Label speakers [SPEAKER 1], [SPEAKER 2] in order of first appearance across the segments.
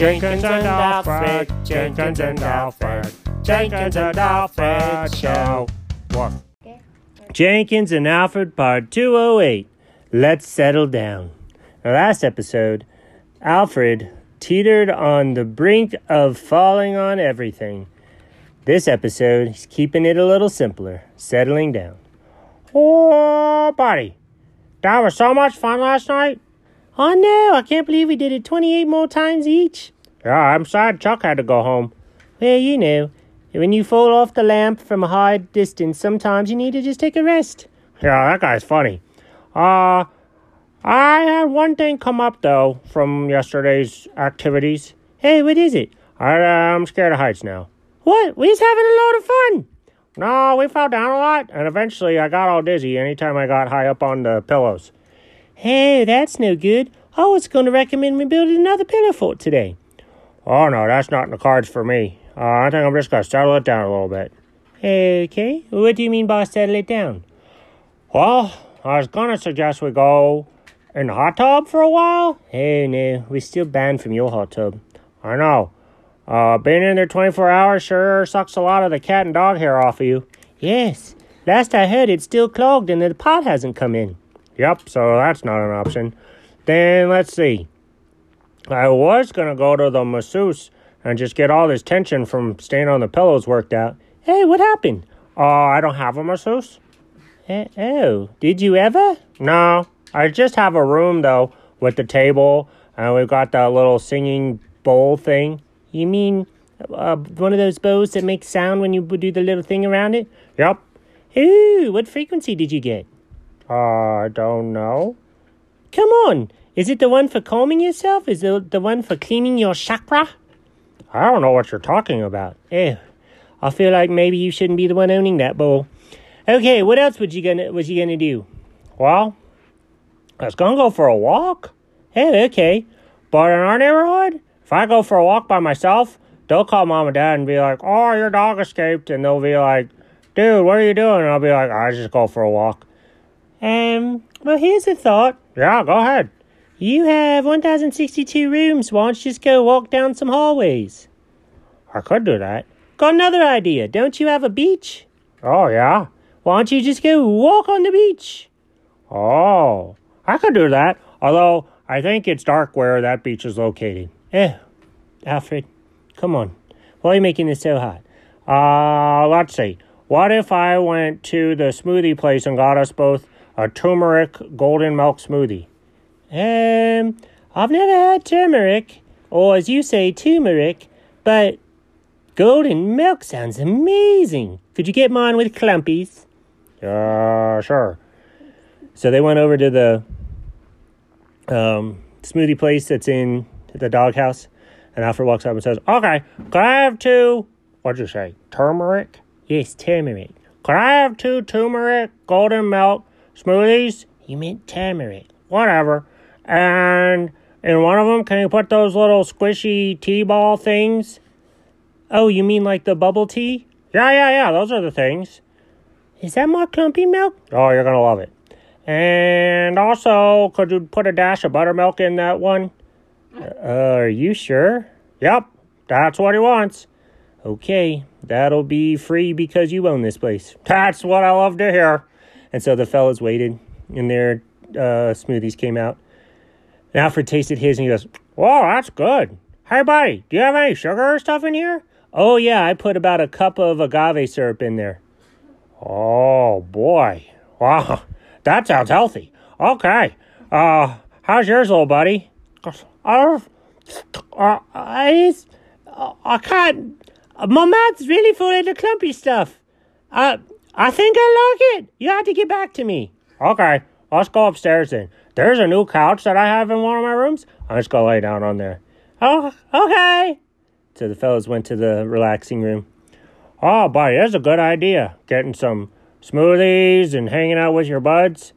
[SPEAKER 1] Jenkins and Alfred, Jenkins and Alfred, Jenkins and Alfred show. What? Jenkins and Alfred, part 208. Let's settle down. In the last episode, Alfred teetered on the brink of falling on everything. This episode, he's keeping it a little simpler, settling down. Oh, buddy, that was so much fun last night. Oh no, I can't believe we did it 28 more times each. Yeah, I'm sorry Chuck had to go home. Well, you know, when you fall off the lamp from a high distance, sometimes you need to just take a rest. Yeah, that guy's funny. Uh, I had one thing come up though from yesterday's activities. Hey, what is it? I, uh, I'm scared of heights now. What? We was having a load of fun. No, we fell down a lot, and eventually I got all dizzy anytime I got high up on the pillows. Hey, that's no good. I was going to recommend we build another pillow fort today. Oh no, that's not in the cards for me. Uh, I think I'm just going to settle it down a little bit. Okay, what do you mean by settle it down? Well, I was going to suggest we go in the hot tub for a while. Hey, no, we're still banned from your hot tub. I know. Uh, being in there 24 hours sure sucks a lot of the cat and dog hair off of you. Yes. Last I heard, it's still clogged and the pot hasn't come in. Yep, so that's not an option. Then let's see. I was gonna go to the masseuse and just get all this tension from staying on the pillows worked out. Hey, what happened? Uh, I don't have a masseuse. Eh, Oh, did you ever? No, I just have a room though with the table, and we've got that little singing bowl thing. You mean uh, one of those bowls that makes sound when you do the little thing around it? Yep. Ooh, what frequency did you get? Uh, I don't know. Come on, is it the one for calming yourself? Is it the one for cleaning your chakra? I don't know what you're talking about. Ew. I feel like maybe you shouldn't be the one owning that bowl. Okay, what else would you gonna was you gonna do? Well, I was gonna go for a walk. Hey, okay. But in our neighborhood, if I go for a walk by myself, they'll call mom and dad and be like, Oh, your dog escaped and they'll be like, Dude, what are you doing? And I'll be like, I just go for a walk. Um, well here's a thought. Yeah, go ahead. You have one thousand sixty two rooms, why don't you just go walk down some hallways? I could do that. Got another idea. Don't you have a beach? Oh, yeah. Why don't you just go walk on the beach? Oh, I could do that. Although, I think it's dark where that beach is located. Eh, Alfred, come on. Why are you making this so hot? Uh, let's see. What if I went to the smoothie place and got us both a turmeric golden milk smoothie? Um, I've never had turmeric, or as you say, turmeric, but Golden milk sounds amazing. Could you get mine with clumpies? Uh, sure. So they went over to the um, smoothie place that's in the doghouse, and Alfred walks up and says, "Okay, can I have two? What'd you say? Turmeric? Yes, turmeric. Can I have two turmeric golden milk smoothies? You meant turmeric. Whatever. And in one of them, can you put those little squishy tea ball things?" Oh, you mean like the bubble tea? Yeah, yeah, yeah. Those are the things. Is that more clumpy milk? Oh, you're gonna love it. And also, could you put a dash of buttermilk in that one? Uh, are you sure? Yep, that's what he wants. Okay, that'll be free because you own this place. That's what I love to hear. And so the fellas waited, and their uh, smoothies came out. And Alfred tasted his and he goes, Whoa, that's good. Hey, buddy, do you have any sugar or stuff in here? Oh, yeah, I put about a cup of agave syrup in there. Oh, boy. Wow, that sounds healthy. Okay. Uh, how's yours, little buddy? Uh, uh, I, I can't. My mouth's really full of the clumpy stuff. Uh, I think I like it. You have to get back to me. Okay, let's go upstairs then. There's a new couch that I have in one of my rooms. I'm just gonna lay down on there. Oh, okay. So the fellows went to the relaxing room. Oh, buddy, that's a good idea. Getting some smoothies and hanging out with your buds.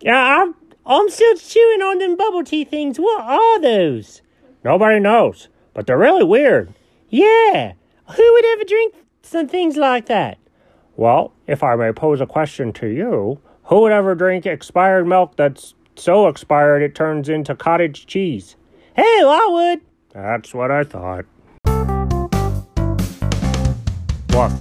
[SPEAKER 1] Yeah, I'm, I'm still chewing on them bubble tea things. What are those? Nobody knows, but they're really weird. Yeah, who would ever drink some things like that? Well, if I may pose a question to you, who would ever drink expired milk that's so expired it turns into cottage cheese? Hey, I would. That's what I thought. Walk.